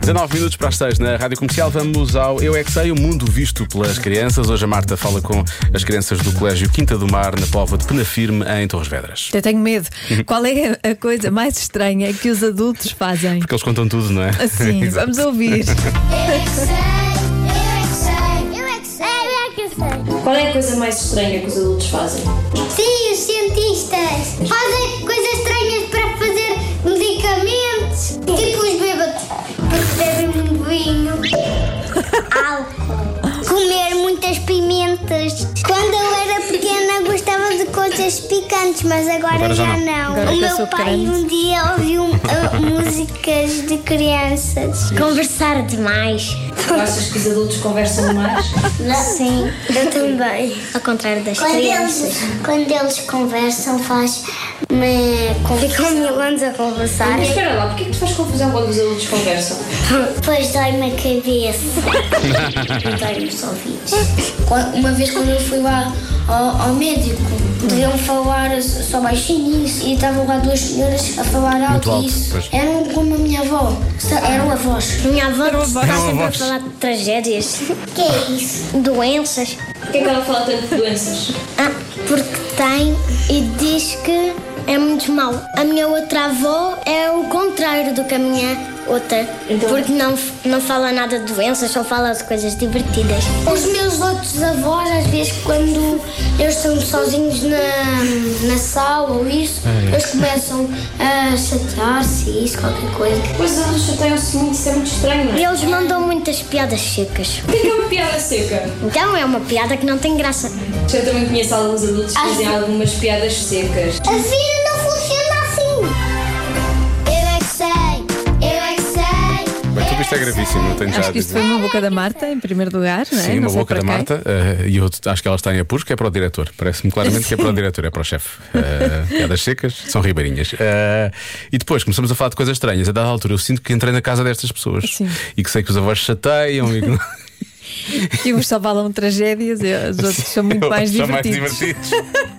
19 minutos para as 6 na Rádio Comercial, vamos ao Eu É Que Sei, o mundo visto pelas crianças. Hoje a Marta fala com as crianças do Colégio Quinta do Mar, na Póvoa de Penafirme, em Torres Vedras. Eu tenho medo. Uhum. Qual é a coisa mais estranha que os adultos fazem? Porque eles contam tudo, não é? Assim, Exato. vamos ouvir. Qual é a coisa mais estranha que os adultos fazem? Sim, os cientistas fazem coisas estranhas para fazer medicamentos, tipo os bêbados, porque bebem muito vinho, álcool, comer muitas pimentas. Quando eu era pequena gostava de coisas picantes, mas agora, Agora já já não. não. Agora o que eu meu sou pai grande. um dia ouviu uh, músicas de crianças. Conversar demais. Tu achas que os adultos conversam demais? Sim, eu também. Ao contrário das quando crianças. quando eles conversam, faz-me confusão. Ficam milhões um a conversar. Mas espera lá, porquê que tu faz confusão quando os adultos conversam? Depois dói-me a cabeça. dói-me os ouvidos. Uma vez quando eu fui lá ao, ao médico, deviam falar só baixinho isso. E estavam lá duas senhoras a falar alto, alto, isso. pois. Eram como a minha avó. Só- Eram avós. Minha avó Era uma sempre a voz. falar de tragédias. que é isso? Doenças. Porquê que ela fala tanto de doenças? Ah, porque tem e diz que é muito mau. A minha outra avó é o contrário do que a minha outra. Então? Porque não, não fala nada de doenças, só fala de coisas divertidas. Os meus outros avós, às vezes, quando eles estão sozinhos na, na sala ou isso, É, eles começam a chatear-se e isso, qualquer coisa. Pois os adultos chateiam-se muito, isso é muito estranho, não é? Eles mandam muitas piadas secas. Porquê que é uma piada seca? Então é uma piada que não tem graça. Eu também conheço alguns adultos que dizem algumas piadas secas. A vida não funciona assim. Eu é que sei, eu é que sei. Bem, tudo isto é gravíssimo, não tenho já Acho a que isto dizer. foi uma boca da Marta, em primeiro lugar, não é? Sim, não uma sei boca para da quem. Marta, eh, e eu acho que ela está em apuros, que é para o diretor. Parece-me claramente que é para o diretor, é para o chefe. Eh, piadas secas, são ribeirinhas. Eh, e depois começamos a falar de coisas estranhas. A dada altura, eu sinto que entrei na casa destas pessoas Sim. e que sei que os avós chateiam e que. Que uns só falam tragédias, um e os outros são muito mais São divertidos. mais divertidos.